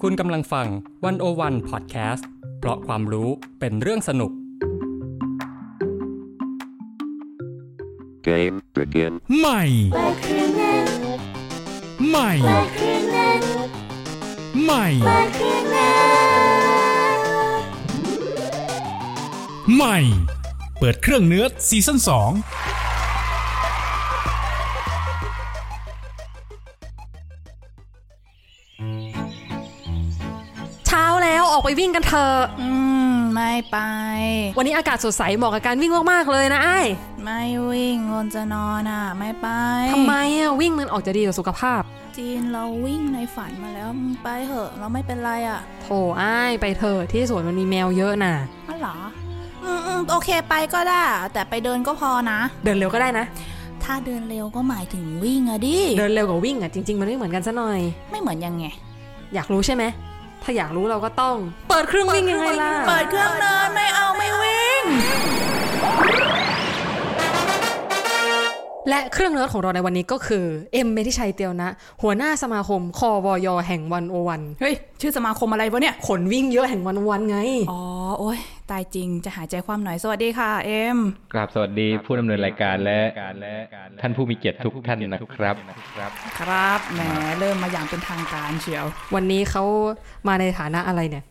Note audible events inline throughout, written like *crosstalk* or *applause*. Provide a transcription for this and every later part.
คุณกำลังฟังวันโอวันพอดแคสต์เพราะความรู้เป็นเรื่องสนุก Game begin. ใหม่ Bakrinen, ใหม่ bakrinen, ใหม่ bakrinen. ใหม่ เปิดเครื่องเนื้อซีซั่น เช้าแล้วออกไปวิ่งกันเถอะ อืม ไม่ไป วันนี้อากาศสดใสเหมาะกับการวิ่งมากๆเลยนะไอ้าย ไม่วิ่งคนจะนอนอ่ะ ไม่ไป ทำไมอะวิ่งมันออกจะดีต่อสุขภาพ จีนเราวิ่งในฝันมาแล้วมึงไปเหอะเราไม่เป็นไรอ่ะ โถไอ้ายไปเถอะที่สวนมันมีแมวเยอะน่ะ อ๋อเหรอ อืมอืมโอเคไปก็ได้ แต่ไปเดินก็พอนะ เดินเร็วก็ได้นะ ถ้าเดินเร็วก็หมายถึงวิ่งอะดิ เดินเร็วกับวิ่งอะจริง ๆ มันไม่เหมือนกันซะหน่อย ไม่เหมือนยังไง อยากรู้ใช่ไหมถ้าอยากรู้เราก็ต้อง เปิดเครื่องวิ่งยังไงล่ะ เปิดเครื่องเดินไม่เอาไม่วิ่ง และเครื่องเนิร์ดของเราในวันนี้ก็คือเอ็มเมธิชัยเตียวนะ หัวหน้าสมาคมคอวอยแห่งวันโอวัน เฮ้ย ชื่อสมาคมอะไรวะเนี่ย ขนวิ่งเยอะแห่งวันโอวันไง อ๋อ โอ้ยตายจริงจะหายใจความหน่อยสวัสดีค่ะเอ็ม กราบสวัสดีผู้ดำเนินรายการและท่านผู้มีเกียรติทุกท่านนะครับ ครับแหมเริ่มมาอย่างเป็นทางการเชียว วันนี้เขามาในฐานะอะไรเนี่ย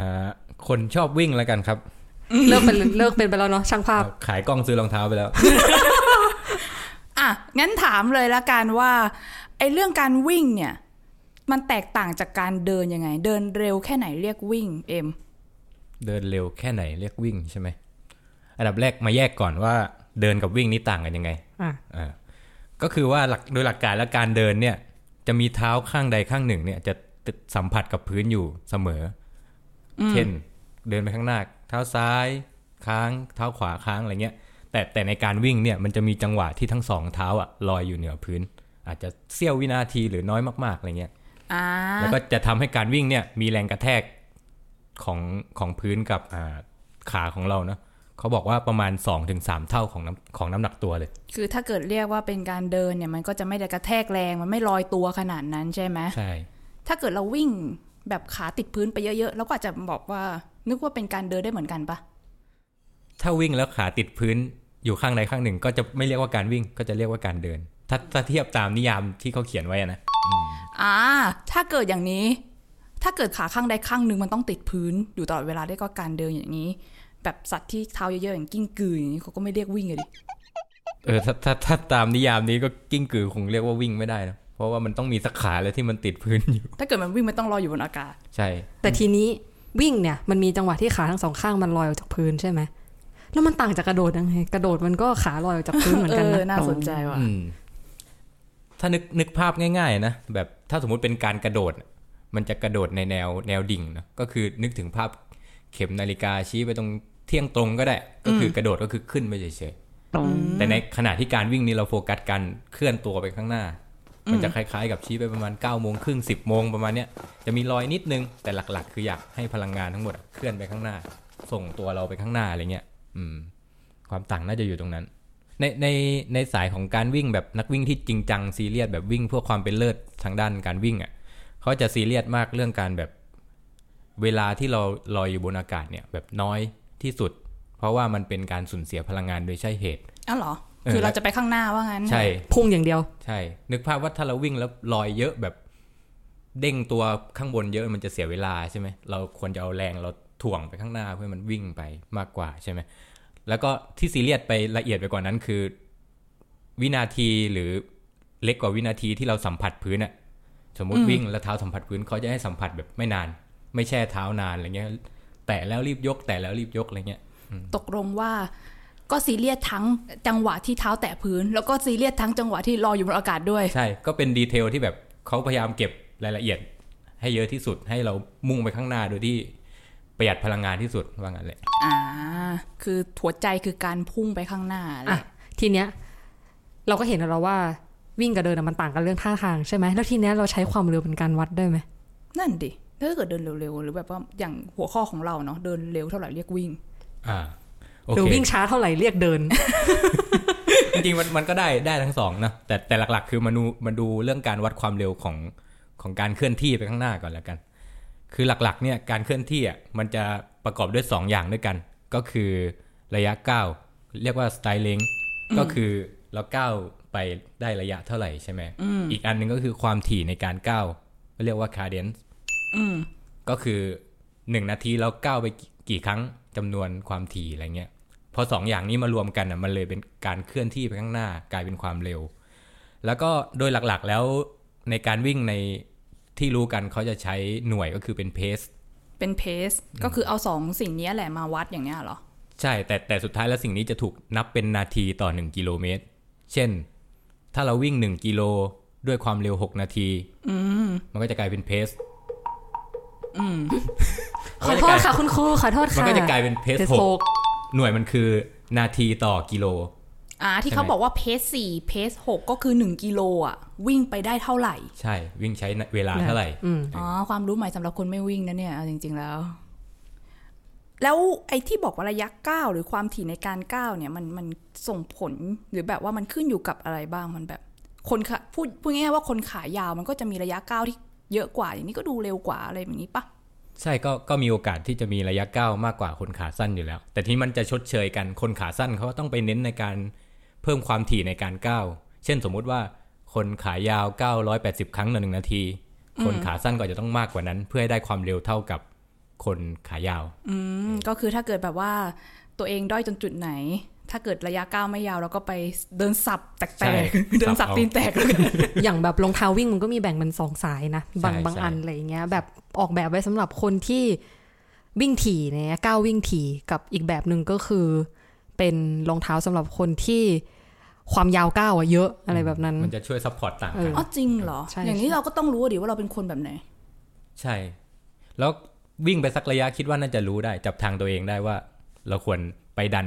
2คนชอบวิ่งแล้วกันครับ เลิกเป็นเลิกเป็นไปแล้วเนาะช่างภาพ ขายกล้องซื้อรองเท้าไปแล้ว อ่ะ งั้นถามเลยละกันว่าไอ้เรื่องการวิ่งเนี่ย มันแตกต่างจากการเดินยังไง เดินเร็วแค่ไหนเรียกวิ่งเอ็ม เดินเร็วแค่ไหนเรียกวิ่งใช่ไหมอันดับแรกมาแยกก่อนว่าเดินกับวิ่งนี่ต่างกันยังไง อ่ะ อ่าก็คือว่าหลักโดยหลักการและการเดินเนี่ย จะมีเท้าข้างใดข้างหนึ่งเนี่ยจะติดสัมผัสกับพื้นอยู่เสมออเช่น เดินไปข้างหน้า เท้าซ้ายค้างเท้าขวาค้างอะไรเงี้ย แต่แต่ในการวิ่งเนี่ยมันจะมีจังหวะที่ทั้งสองเท้าอะลอยอยู่เหนือพื้น อาจจะเสี้ยววินาทีหรือน้อยมากๆอะไรเงี้ย อ่า แล้วก็จะทำให้การวิ่งเนี่ยมีแรงกระแทกของของพื้นกับอ่าขาของเราเนาะเขาบอกว่าประมาณ 2-3 เท่าของน้ำของน้ำหนักตัวเลย คือถ้าเกิดเรียกว่าเป็นการเดินเนี่ยมันก็จะไม่ได้กระแทกแรงมันไม่ลอยตัวขนาดนั้นใช่ไหม ใช่ ถ้าเกิดเราวิ่งแบบขาติดพื้นไปเยอะๆ แล้วก็อาจจะบอกว่า นึกว่าเป็นการเดินได้เหมือนกันปะ ถ้าวิ่งแล้วขาติดพื้นอยู่ข้างใดข้างหนึ่ง ก็จะไม่เรียกว่าการวิ่งก็จะเรียกว่าการเดิน ถ้าถ้าเทียบตามนิยามที่เขาเขียนไว้อะนะ อ่า ถ้าเกิดอย่างนี้ ถ้าเกิดขาข้างใดข้างหนึ่งมันต้องติดพื้นอยู่ตลอดเวลาได้ก็การเดินอย่างนี้ แบบสัตว์ที่เท้าเยอะๆอย่างกิ้งกืออย่างนี้เขาก็ไม่เรียกวิ่งเลยดิ เออถ้าถ้าถ้าตามนิยามนี้ก็กิ้งกือคงเรียกว่าวิ่งไม่ได้นะเพราะว่ามันต้องมีสักขาเลยที่มันติดพื้นอยู่ ถ้าเกิดมันวิ่งมันต้องลอยอยู่บนอากาศ ใช่ แต่ทีนี้วิ่งเนี่ยมันมีจังหวะที่ขาทั้งสองข้างมันลอยออกจากพื้นใช่ไหมแล้วมันต่างจากกระโดดยังไงกระโดดมันก็ขาลอยออกจากพื้นเหมือนกัน เออ นะ น่าสนใจว่ะ อืมถ้านึกนึกภาพง่าย ๆ นะแบบถ้าสมมุติเป็นการกระโดดน่ะมันจะกระโดดในแนวแนวดิ่งนะก็คือนึกถึงภาพเข็มนาฬิกาชี้ไปตรงเที่ยงตรงก็ได้ ก็คือกระโดดก็คือขึ้นไปเฉยๆแต่ในขณะที่การวิ่งนี่เราโฟกัสการเคลื่อนตัวไปข้างหน้า มันจะคล้ายๆ กับชี้ไปประมาณ9ก้าโมงครึ่งสิบโมงประมาณเนี้ยจะมีรอยนิดนึงแต่หลักๆ คืออยากให้พลังงานทั้งหมดอะเคลื่อนไปข้างหน้า ส่งตัวเราไปข้างหน้าอะไรเงี้ยอืม ความต่างน่าจะอยู่ตรงนั้น ในในในสายของการวิ่งแบบนักวิ่งที่จริงจังซีเรียสแบบวิ่งเพื่อความเป็นเลิศทางด้านการวิ่งอะ่ะเขาจะซีเรียสมากเรื่องการแบบเวลาที่เราลอยอยู่บนอากาศเนี่ยแบบน้อยที่สุด เพราะว่ามันเป็นการสูญเสียพลังงานโดยใช่เหตุ อ้าวเหรอ เออ คือเราจะไปข้างหน้าว่างั้น ใช่ พุ่งอย่างเดียว ใช่ นึกภาพว่าถ้าเราวิ่งแล้วลอยเยอะแบบเด้งตัวข้างบนเยอะมันจะเสียเวลาใช่ไหม เราควรจะเอาแรงเราถ่วงไปข้างหน้าเพื่อมันวิ่งไปมากกว่าใช่ไหม แล้วก็ที่ซีเรียสไปละเอียดไปกว่านั้นคือ วินาทีหรือเล็กกว่าวินาทีที่เราสัมผัสพื้นอะสมมติวิ่งแล้วเท้าสัมผัสพื้นเขาจะให้สัมผัสแบบไม่นาน ไม่แช่เท้านานอะไรเงี้ย แต่แล้วรีบยกแต่แล้วรีบยกอะไรเงี้ย ตกลงว่า ก็ซีเรียสทั้งจังหวะที่เท้าแตะพื้น แล้วก็ซีเรียสทั้งจังหวะที่ลอยอยู่บนอากาศด้วย ใช่ ก็เป็นดีเทลที่แบบเขาพยายามเก็บรายละเอียด ให้เยอะที่สุดให้เรามุ่งไปข้างหน้าโดยที่ประหยัดพลังงานที่สุดว่างั้นแหละ อ่า คือหัวใจคือการพุ่งไปข้างหน้าแห อ่ะ ละ ทีเนี้ยเราก็เห็นแล้วเราว่าวิ่งกับเดินอะมันต่างกันเรื่องท่าทางใช่ไหมแล้วทีเนี้ยเราใช้ความเร็วเป็นการวัดได้ไหม นั่นดิ ถ้าเกิดเดินเร็วๆ หรือแบบว่าอย่างหัวข้อของเราเนาะ เดินเร็วเท่าไหร่เรียกวิ่ง อ่า โอ หรือ เค วิ่งช้าเท่าไหร่เรียกเดิน จริงๆมันมันก็ได้ได้ทั้งสองนะแต่แต่หลักๆ คือมาดูมาดูเรื่องการวัดความเร็วของของการเคลื่อนที่ไปข้างหน้าก่อนแล้วกัน คือหลักๆเนี่ยการเคลื่อนที่อ่ะมันจะประกอบด้วย 2 อย่างด้วยกัน ก็คือระยะก้าวเรียกว่าสไตลิงก็คือเราก้าวไปได้ระยะเท่าไหร่ใช่ไหมอีกอันหนึงก็คือความถี่ในการก้าวก็เรียกว่าคาเดนซ์ก็คือ 1 นาทีเราก้าวไปกี่กี่ครั้งจำนวนความถี่อะไรเงี้ยพอสองอย่างนี้มารวมกันอ่ะมันเลยเป็นการเคลื่อนที่ไปข้างหน้ากลายเป็นความเร็ว แล้วก็โดยหลักๆแล้วในการวิ่งในที่รู้กันเขาจะใช้หน่วยก็คือเป็นเพส เป็นเพสก็คือเอาสองสิ่งเนี้ยแหละมาวัดอย่างเนี้ยเหรอ ใช่แต่แต่สุดท้ายแล้วสิ่งนี้จะถูกนับเป็นนาทีต่อ 1 กิโลเมตร เช่น ถ้าเราวิ่ง 1 กิโลด้วยความเร็ว 6 นาที มันก็จะกลายเป็นเพส ขอโทษค่ะคุณครูขอโทษค่ะ มันก็จะกลายเป็น pace โฟ หก หน่วยมันคือนาทีต่อกิโล อ่า ที่ ใช่ เขา ไหม บอกว่าเพสสี่เพสหกก็คือหนึ่งกิโลอ่ะ วิ่งไปได้เท่าไหร่ ใช่วิ่งใช้เวลาเท่าไหร่ อ๋อความรู้ใหม่สำหรับคนไม่วิ่งนะเนี่ยเอาจริง ๆแล้ว แล้วไอ้ที่บอกว่าระยะก้าวหรือความถี่ในการก้าวเนี่ยมันมันส่งผลหรือแบบว่ามันขึ้นอยู่กับอะไรบ้างมันแบบ คนขาพูดพูดง่ายๆว่าคนขายาวมันก็จะมีระยะก้าวที่เยอะกว่าอย่างนี้ก็ดูเร็วกว่าอะไรแบบนี้ปะ ใช่ก็ก็มีโอกาสที่จะมีระยะก้าวมากกว่าคนขาสั้นอยู่แล้ว แต่ที่มันจะชดเชยกันคนขาสั้นเขาก็ต้องไปเน้นในการเพิ่มความถี่ในการก้าวเช่นสมมุติว่าคนขายาว 980 ครั้งต่อหนึ่งนาที คนขาสั้นก็อาจจะต้องมากกว่านั้น เพื่อให้ได้ความเร็วเท่ากับคนขายาว อืมก็คือถ้าเกิดแบบว่าตัวเองด้อยจนจุดไหน ถ้าเกิดระยะก้าวไม่ยาวเราก็ไปเดินสับแตก ใช่ ๆเดิน สั สั บบ เอา ตีนแตกเลย *laughs* *laughs* อย่างแบบรองเท้าวิ่งมันก็มีแบ่งเป็นสองสายนะบาง ใช่ บาง ใช่ อันอะไรอย่างเงี้ย แบบออกแบบไว้สำหรับคนที่วิ่งถี่เนี่ยก้าววิ่งถี่กับอีกแบบหนึ่งก็คือ เป็นรองเท้าสำหรับคนที่ความยาวก้าวอะเยอะอะไรแบบนั้น มันจะช่วยซัพพอร์ตต่างกัน เ อ๋อจริงเหรอ ใช่ อย่างนี้ ใช่ เราก็ต้องรู้ดิว่าเราเป็นคนแบบไหน ใช่ แล้ววิ่งไปสักระยะคิดว่าน่าจะรู้ได้ จับทางตัวเองได้ว่า เราควรไปดัน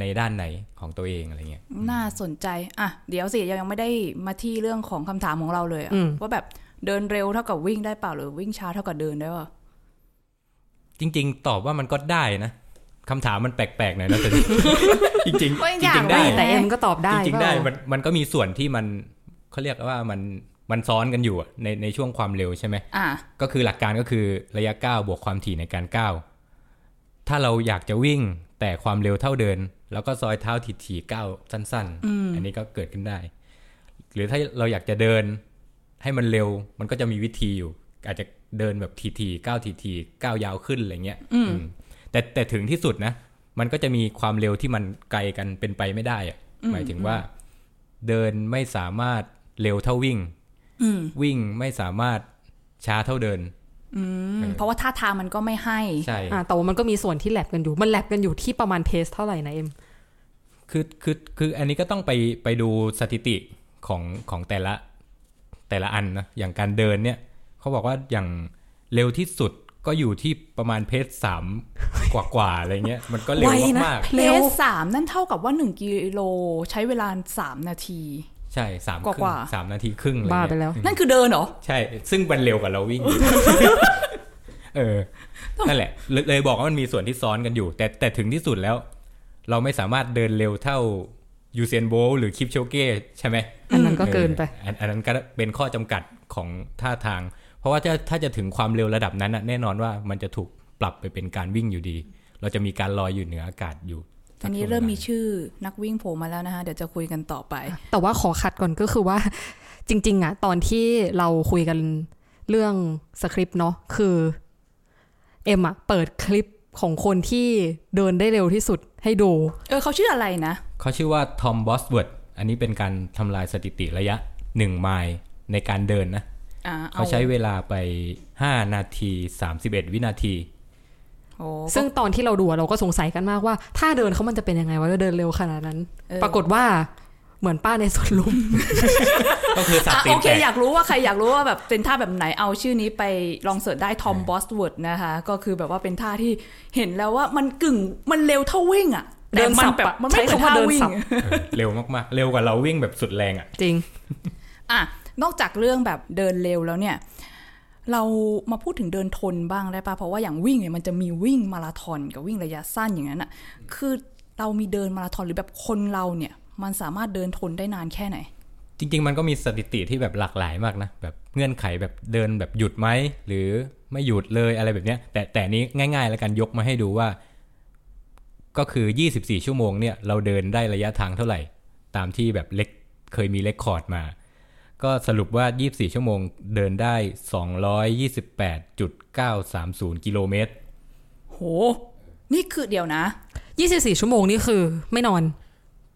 ในด้านไหนของตัวเองอะไรเงี้ย น่าสนใจ อ่ะ เดี๋ยวสิยังยังไม่ได้มาที่เรื่องของคำถามของเราเลยอะ อืม ว่าแบบเดินเร็วเท่ากับวิ่งได้เปล่าหรือวิ่งช้าเท่ากับเดินได้เปล่า จริง ๆ ตอบว่ามันก็ได้นะคำถามมันแปลกๆหน่อย *laughs* นะแต่ จริงๆจริงๆได้ ไม่แต่เอ็มก็ตอบได้ จริงๆได้ เป มัน ล่า มันก็มีส่วนที่มันเขาเรียกว่ามันมันซ้อนกันอยู่อะในในช่วงความเร็วใช่ไหม อ่ะ ก็คือหลักการก็คือระยะก้าวบวกความถี่ในการก้าวถ้าเราอยากจะวิ่งแต่ความเร็วเท่าเดิน แล้วก็ซอยเท้าถี่ๆก้าวสั้น ๆ อันนี้ก็เกิดขึ้นได้ หรือถ้าเราอยากจะเดินให้มันเร็ว มันก็จะมีวิธีอยู่ อาจจะเดินแบบทีๆก้าวทีๆก้าวยาวขึ้นอะไรเงี้ยอืมแต่แต่ถึงที่สุดนะ มันก็จะมีความเร็วที่มันไกลกันเป็นไปไม่ได้อะหมายถึงว่า เดินไม่สามารถเร็วเท่าวิ่ง อืม วิ่งไม่สามารถช้าเท่าเดิน อืม เออ เพราะว่าท่าทางมันก็ไม่ให้ ใช่ อ่ะแต่ว่ามันก็มีส่วนที่แลบกันอยู่ มันแลบกันอยู่ที่ประมาณเพสเท่าไหร่นะเอ็ม คือคือคืออันนี้ก็ต้องไปไปดูสถิติของของแต่ละแต่ละอันนะอย่างการเดินเนี่ยเขาบอกว่าอย่างเร็วที่สุดก็อยู่ที่ประมาณเพจสาม กว่ากว่าๆอะไรเงี้ยมันก็เร็ว ไวนะ มาก เพลสสามนั่นเท่ากับว่า 1 กิโลใช้เวลา 3 นาที ๆใช่สามครึ่ ก ง ว่าๆ สามนาทีครึ่งอะไร บ้าไป เงี้ย แล้ว นั่นคือเดินเหรอ ใช่ ซึ่งมันเร็วกว่าเราวิ่ *laughs* ง เออนั่นแหละเลยเลยบอกว่ามันมีส่วนที่ซ้อนกันอยู่ แต่แต่ถึงที่สุดแล้ว เราไม่สามารถเดินเร็วเท่ายูเซนโบลต์หรือคิปโชเก้ใช่ไหม อันนั้นก็เกินไป อออันอันนั้นก็เป็นข้อจำกัดของท่าทาง เพราะว่าถ้าถ้าจะถึงความเร็วระดับนั้นน่ะแน่นอนว่ามันจะถูกปรับไปเป็นการวิ่งอยู่ดี เราจะมีการลอยอยู่เหนืออากาศอยู่ อันนี้เริ่มมีชื่อนักวิ่งโผล่มาแล้วนะคะเดี๋ยวจะคุยกันต่อไป แต่ว่าขอขัดก่อนก็คือว่า *laughs* จริง ๆอะตอนที่เราคุยกันเรื่องสคริปต์เนาะคือเอ็มอะเปิดคลิปของคนที่เดินได้เร็วที่สุดให้ดู เออเขาชื่ออะไรนะ เขาชื่อว่าทอมบอสเวิร์ดอันนี้เป็นการทำลายสถิติระยะ 1 ไมล์ในการเดินนะ อ่าอ เขาใช้เวลาไป 5 นาที 31 วินาที โอ้ ซึ่งตอนที่เราดูอะเราก็สงสัยกันมากว่า ถ้าเดินเขามันจะเป็นยังไงวะแล้วเดินเร็วขนาดนั้น ปรากฏว่าเหมือนป้าในสวนลุม *laughs* ก็คือสับ อ่ะ ตี โอน เค แตก อยากรู้ว่าใครอยากรู้ว่าแบบเป็นท่าแบบไหนเอาชื่อนี้ไปลองเสิร์ชได้ทอมบอสเวิร์ดนะคะ ก็คือแบบว่าเป็นท่าที่เห็นแล้วว่ามันกึ่งมันเร็วเท่าวิ่งอะ เดินสับ แต่มัแบบ อะ มันไม่เหมือน ใช้คำว่า ท่า เดิน วิ่ง สับ อะ เออเร็วมากๆ เร็วกว่าเราวิ่งแบบสุดแรงอ่ะ จริง อ่ะนอกจากเรื่องแบบเดินเร็วแล้วเนี่ย เรามาพูดถึงเดินทนบ้างได้ปะเพราะว่าอย่างวิ่งเนี่ยมันจะมีวิ่งมาราธอนกับวิ่งระยะสั้นอย่างนั้นอะคือเรามีเดินมาราธอนหรือแบบคนเราเนี่ย มันสามารถเดินทนได้นานแค่ไหน จริงๆ มันก็มีสถิติที่แบบหลากหลายมากนะ แบบเงื่อนไขแบบเดินแบบหยุดไหม หรือ ไม่หยุดเลยอะไรแบบเนี้ย แต่แต่นี้ง่าย ๆ แล้วกันยกมาให้ดูว่า ก็คือ 24 ชั่วโมงเนี่ย เราเดินได้ระยะทางเท่าไหร่ ตามที่แบบเล็กเคยมีเลคคอร์ดมา ก็สรุปว่า 24 ชั่วโมงเดินได้ 228.930 กิโลเมตร โห นี่คือเดี๋ยวนะ 24 ชั่วโมงนี่คือไม่นอน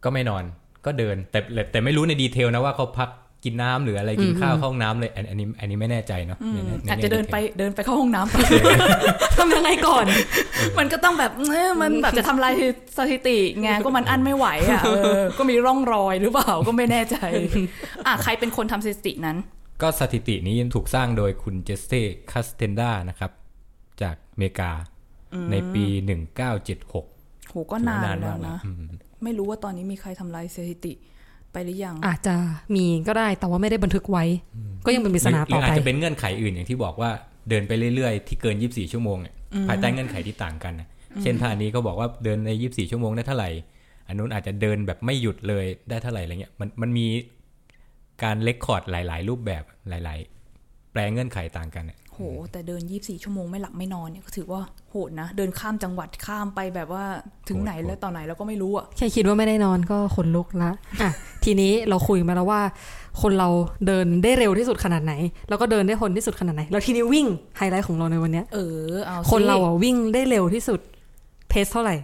ก็ไม่นอนก็เดินแต่แต่แต่ไม่รู้ในดีเทลนะว่าเขาพักกินน้ำหรืออะไรกินข้าวเข้าห้องน้ำเลยอันอันนี้อันนี้ไม่แน่ใจเนาะในในใน อาจจะเดินไป ใ เดินไปเข้าห้องน้ำ ทำยังไงก่อน มันก็ต้องแบบเออมันแบบจะทำลายสถิติไงก็มันอั้นไม่ไหวอ่ะเออก็มีร่องรอยหรือเปล่าก็ไม่แน่ใจ อ่ะใครเป็นคนทำสถิตินั้น ก็สถิตินี้ถูกสร้างโดยคุณเจสเซ่คัสเทนดานะครับ จากอเมริกาในปี 1976 โหก็ ถือว่ นานแล้ว ะ นะ อืม ไม่รู้ว่าตอนนี้มีใครทำลายสถิติไปหรือยัง อาจจะมีก็ได้แต่ว่าไม่ได้บันทึกไว้ ก็ยังเป็นปริศนา หรื ต่อ ออาจ ไป จะเป็นเงื่อนไขอื่นอย่างที่บอกว่าเดินไปเรื่อยๆ ที่เกิน 24 ชั่วโมงเนี่ยภายใต้เงื่อนไขที่ต่างกันนะเช่นท่าอันนี้เขาบอกว่าเดินใน 24 ชั่วโมงได้เท่าไหร่ อันนู้นอาจจะเดินแบบไม่หยุดเลยได้เท่าไหร่อะไรเงี้ยมันมันมีการเลคคอร์ดหลาย ๆ รูปแบบหลาย ๆ แปลเงื่อนไขต่างกันเนี่ย โห แต่เดิน 24 ชั่วโมงไม่หลับไม่นอนเนี่ยก็ถือว่าโหดนะ เดินข้ามจังหวัดข้ามไปแบบว่าถึงไหนแล้วตอนไหนเราก็ไม่รู้อ่ะ แค่คิดว่าไม่ได้นอนก็ขนลุกละอ่ะ ทีนี้เราคุยมาแล้วว่า คนเราเดินได้เร็วที่สุดขนาดไหน แล้วก็เดินได้ทนที่สุดขนาดไหน แล้วทีนี้วิ่งไฮไลท์ของเราในวันเนี้ย เออเอาสิ คนเราอ่ะวิ่งได้เร็วที่สุด เพสเท่าไหร่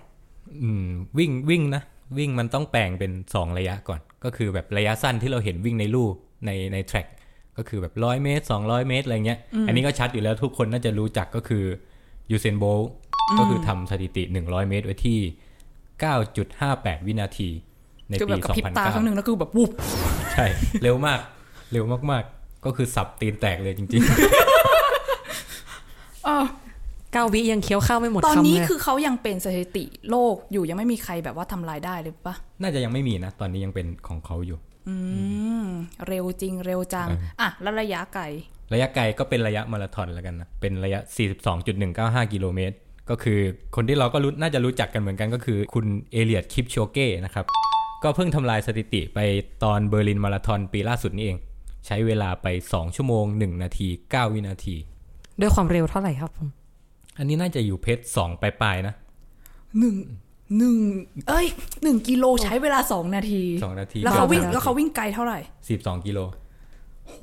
อืมวิ่งวิ่งนะ วิ่งมันต้องแปลงเป็น 2 ระยะก่อน ก็คือแบบระยะสั้นที่เราเห็นวิ่งในลู่ในในแทร็กก็คือแบบร้อยเมตร 200 เมตรอะไรเงี้ย อันนี้ก็ชัดอยู่แล้วทุกคนน่าจะรู้จักก็คือยูเซนโบลก็คือทำสถิติ 100 เมตรไว้ที่ 9.58 วินาที ใน ก็แบ ปี บกระพริบตาครั้งห 2009 นึ่งแล้วคือแบบวุบ ใช่ เร็วมาก เร็วมากๆ ก็คือสับตีนแตกเลยจริง ๆ *laughs* เออ เก้าวิยังเคี้ยวข้าวไม่หมด ตอน คำ นี้ เลย คือเขายังเป็นสถิติโลกอยู่ยังไม่มีใครแบบว่าทำลายได้เลยปะ น่าจะยังไม่มีนะ ตอนนี้ยังเป็นของเขาอยู่ อืม เร็วจริงเร็วจัง อ่ะ แล้วระยะไกล ระยะไกลก็เป็นระยะมาราธอนแล้วกันนะ เป็นระยะ 42.195 กิโลเมตร ก็คือคนที่เราก็รู้น่าจะรู้จักกันเหมือนกันก็คือคุณเอเลียดคิปโชเก้นะครับ ก็เพิ่งทำลายสถิติไปตอนเบอร์ลินมาราธอนปีล่าสุดนี่เอง ใช้เวลาไป 2 ชั่วโมง 1 นาที 9 วินาที ด้วยความเร็วเท่าไหร่ครับ *laughs* ผม อันนี้น่าจะอยู่เพจ2ปลายๆนะ หนึ่งหนึ่งเอ้ยหนึ่งกิโลใช้เวลาสองนาที สองนาที แล้วเขาวิ่ง สองนาที แล้วเขาวิ่งไกลเท่าไหร่ 12 กิโล โห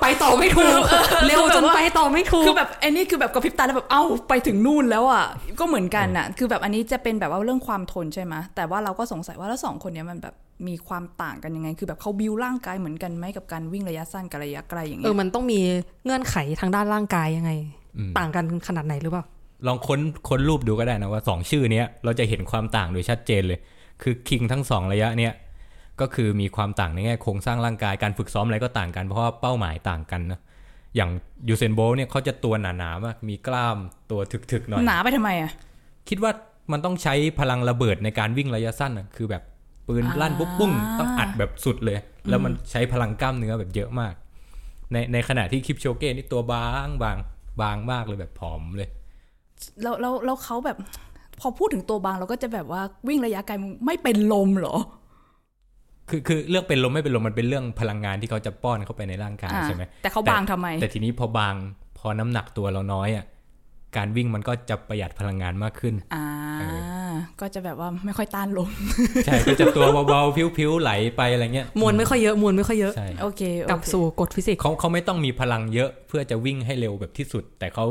ไปต่อไม่ถูก เร็วจนไปต่อไม่ถูก คือแบบไอ้นี่คือแบบกระพริบตาแล้วแบบเอ้าไปถึงนู่นแล้วอ่ะก็เหมือนกันน่ะ คือแบบอันนี้จะเป็นแบบว่าเรื่องความทนใช่ไหมแต่ว่าเราก็สงสัยว่าแล้วสองคนเนี้ยมันแบบมีความต่างกันยังไง คือแบบเขาบิวร่างกายเหมือนกันไหมกับการวิ่งระยะสั้นกับระยะไกลอย่าง เอ เงี้ อย มันต้องมีเงื่อนไขทางด้านร่างกายยังไง ต่างกันขนาดไหนหรือเปล่า ลองค้นค้นรูปดูก็ได้นะว่า 2 ชื่อเนี้ยเราจะเห็นความต่างโดยชัดเจนเลย คือคิงทั้ง 2 ระยะเนี้ยก็คือมีความต่างในแง่โครงสร้างร่างกายการฝึกซ้อมอะไรก็ต่างกันเพราะว่าเป้าหมายต่างกันนะอย่างยูเซนโบลต์เนี่ยเขาจะตัวหนาๆมากมีกล้ามตัวถึกๆหน่อย หนาไปทำไมอ่ะ คิดว่ามันต้องใช้พลังระเบิดในการวิ่งระยะสั้นน่ะคือแบบปืนลั่นปุ๊บปุ้งต้องอัดแบบสุดเลย แล้วมันใช้พลังกล้ามเนื้อแบบเยอะมาก ในในขณะที่คลิปโชเก้นี่ตัวบางบางบางมากเลยแบบผอมเลย แล้วแล้วแล้วเขาแบบพอพูดถึงตัวบางเราก็จะแบบว่าวิ่งระยะไกลมึงไม่เป็นลมเหรอ คือคือเรื่องเป็นลมไม่เป็นลมมันเป็นเรื่องพลังงานที่เขาจะป้อนเข้าไปในร่างกาย อ่า ใช่ไหม แต่เขาบางทำไม แต่ทีนี้พอบางพอน้ำหนักตัวเราน้อยอ่ะการวิ่งมันก็จะประหยัดพลังงานมากขึ้น อ่า ก็จะแบบว่าไม่ค่อยต้านลม ใช่ก็จะตัวเบาๆพิ้วๆไหลไปอะไรเงี้ย มวลไม่ค่อยเยอะมวลไม่ค่อยเยอะ ใช่ โอเคโอเค กลับสู่กฎฟิสิกส์ เขาเขาไม่ต้องมีพลังเยอะเพื่อจะวิ่งให้เร็วแบบที่สุด แต่เขา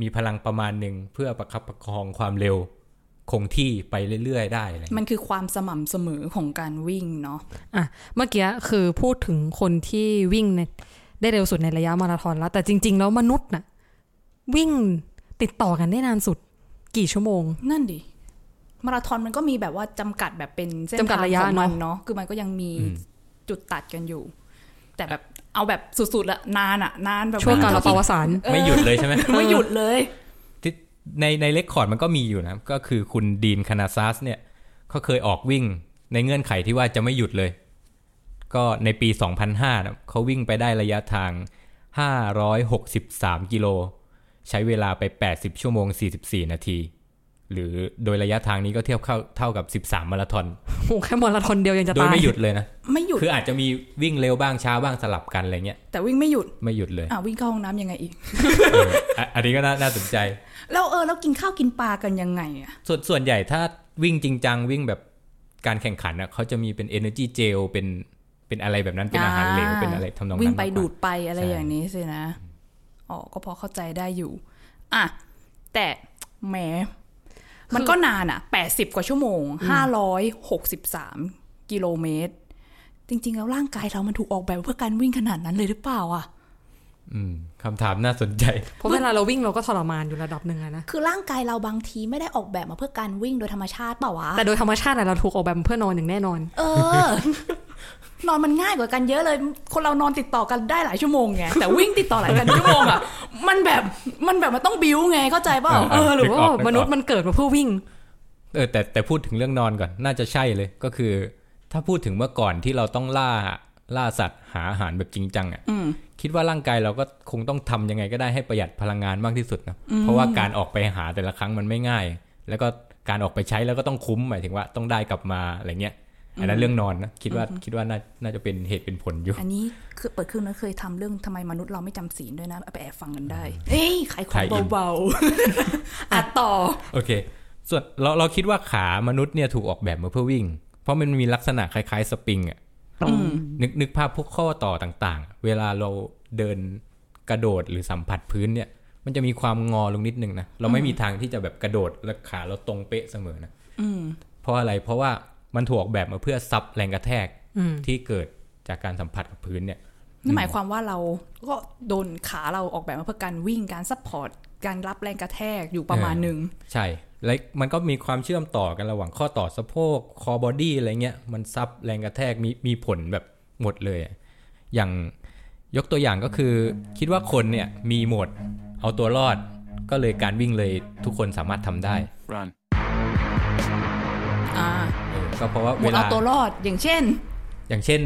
มีพลังประมาณหนึ่งเพื่อประคับประคองความเร็ว คงที่ไปเรื่อยๆได้อะไรเงี้ย มันคือความสม่ำเสมอของการวิ่งเนาะ อ่ะเมื่อกี้คือพูดถึงคนที่วิ่งในได้เร็วสุดในระยะมาราธอนแล้ว แต่จริง ๆ แล้วมนุษย์น่ะ วิ่งติดต่อกันได้นานสุด กี่ชั่วโมง นั่นดิ มาราธอนมันก็มีแบบว่าจำกัดแบบเป็นเส้น จำกัด ทาง ระยะ ของมัน เนอะ เนาะ คือมันก็ยังมีจุดตัดกันอยู่ แต่แบบเอาแบบสุดๆละนานอะนานแบบ ชั่วการละป เท่ ว ที่ สาร ไม่หยุดเลยใช่ไหม ไม่หยุดเลย ที่ในในเลคคอร์ดมันก็มีอยู่นะ ก็คือคุณดีนคานาซัสเนี่ยเขาเคยออกวิ่งในเงื่อนไขที่ว่าจะไม่หยุดเลย ก็ในปี 2005นะเขาวิ่งไปได้ระยะทาง 563 กิโล ใช้เวลาไป 80 ชั่วโมง 44 นาที หรือโดยระยะทางนี้ก็เทียบเข้าเท่ากับ 13 มาราธอน โหแค่มาราธอนเดียวยังจะ โดย ตาย ไม่หยุดเลยนะ ไม่หยุด คืออาจจะมีวิ่งเร็วบ้างช้าบ้างสลับกันอะไรเงี้ย แต่วิ่งไม่หยุด ไม่หยุดเลย อ่ะวิ่งเข้าห้องน้ำยังไงอีก เอออ่ะอันนี้ก็น่าน่าสนใจ แล้วเออแล้วกินข้าวกินปลากันยังไงอะ ส่วนส่วนใหญ่ถ้าวิ่งจริงจังวิ่งแบบการแข่งขันนะเขาจะมีเป็น energy gel เป็นเป็นอะไรแบบนั้นเป็นอาหารเหลวเป็นอะไรทำนองนั้น วิ่งไป มากกว่า ดูดไปอะไร ใช่ อย่างนี้สินะอ๋อก็พอเข้าใจได้อยู่ อ่ะ แต่แหมมันก็นานอ่ะแปดสิบกว่าชั่วโมงห้าร้อยหกสิบสามกิโลเมตร จริง ๆ แล้วร่างกายเรามันถูกออกแบบเพื่อการวิ่งขนาดนั้นเลยหรือเปล่าอ่ะ อืมคำถามน่าสนใจ เพราะเวลาเราวิ่งเราก็ทรมานอยู่ระดับหนึ่งอะนะ คือร่างกายเราบางทีไม่ได้ออกแบบมาเพื่อการวิ่งโดยธรรมชาติเปล่าวะ แต่โดยธรรมชาติอะเราถูกออกแบบมาเพื่อนอนอย่างแน่นอน เออ นอนมันง่ายกว่ากันเยอะเลย คนเรานอนติดต่อกันได้หลายชั่วโมงไง แต่วิ่งติดต่อหลายกันชั่วโมงอ่ะ มันแบบ มันแบบมันต้องบิ้วไง เข้าใจเปล่า เอ เออ หรือว่า นึกออกนึกออก มนุษย์มันเกิดมาเพื่อวิ่ง เออแต่แต่พูดถึงเรื่องนอนก่อนน่าจะใช่เลยก็คือ ถ้าพูดถึงเมื่อก่อนที่เราต้องล่าล่าสัตว์หาอาหารแบบจริงจังอะ่ะ อืม คิดว่าร่างกายเราก็คงต้องทำยังไงก็ได้ให้ประหยัดพลังงานมากที่สุดนะเพราะว่าการออกไปหาแต่ละครั้งมันไม่ง่าย แล้วก็การออกไปใช้แล้วก็ต้องคุ้มหมายถึงว่าต้องได้กลับมาอะไรเงี้ยอันนั้นเรื่องนอนนะคิดว่าคิดว่าน่าน่าจะเป็นเหตุเป็นผลอยู่ อันนี้คือเปิดเครื่องนั้นเคยทำเรื่องทำไมมนุษย์เราไม่จำศีลด้วยนะเอาไปแอบฟังกันได้เอ้ยขายของเบา *laughs* ๆ อัดต่อ โอเค ส่วนเราเราคิดว่าขามนุษย์เนี่ยถูกออกแบบมาเพื่อวิ่ง เพราะมันมีลักษณะคล้ายๆสปริงอ่ะ อืม นึกนึกภาพพวกข้อต่อต่างๆ เวลาเราเดินกระโดดหรือสัมผัสพื้นเนี่ย มันจะมีความงอลงนิดนึงนะ เราไม่มีทางที่จะแบบกระโดดแล้วขาเราตรงเป๊ะเสมอนะ อืม เพราะอะไรเพราะว่ามันถูกออกแบบมาเพื่อซับแรงกระแทก อืม ที่เกิดจากการสัมผัสกับพื้นเนี่ย นั่นหมายความว่าเราก็โดนขาเราออกแบบมาเพื่อการวิ่งการซัพพอร์ตการรับแรงกระแทกอยู่ประมาณหนึ่ง ใช่แล้วมันก็มีความเชื่อมต่อกันระหว่างข้อต่อสะโพกคอบอดี้อะไรเงี้ย มันซับแรงกระแทกมีมีผลแบบหมดเลยอะอย่างยกตัวอย่างก็คือ คิดว่าคนเนี่ยมีหมดเอาตัวรอด ก็เลยการวิ่งเลยทุกคนสามารถทำได้ Run. อ่า เออก็เพราะว่า หม เว ด ลา เอาตัวรอดอย่างเช่น อย่างเช่น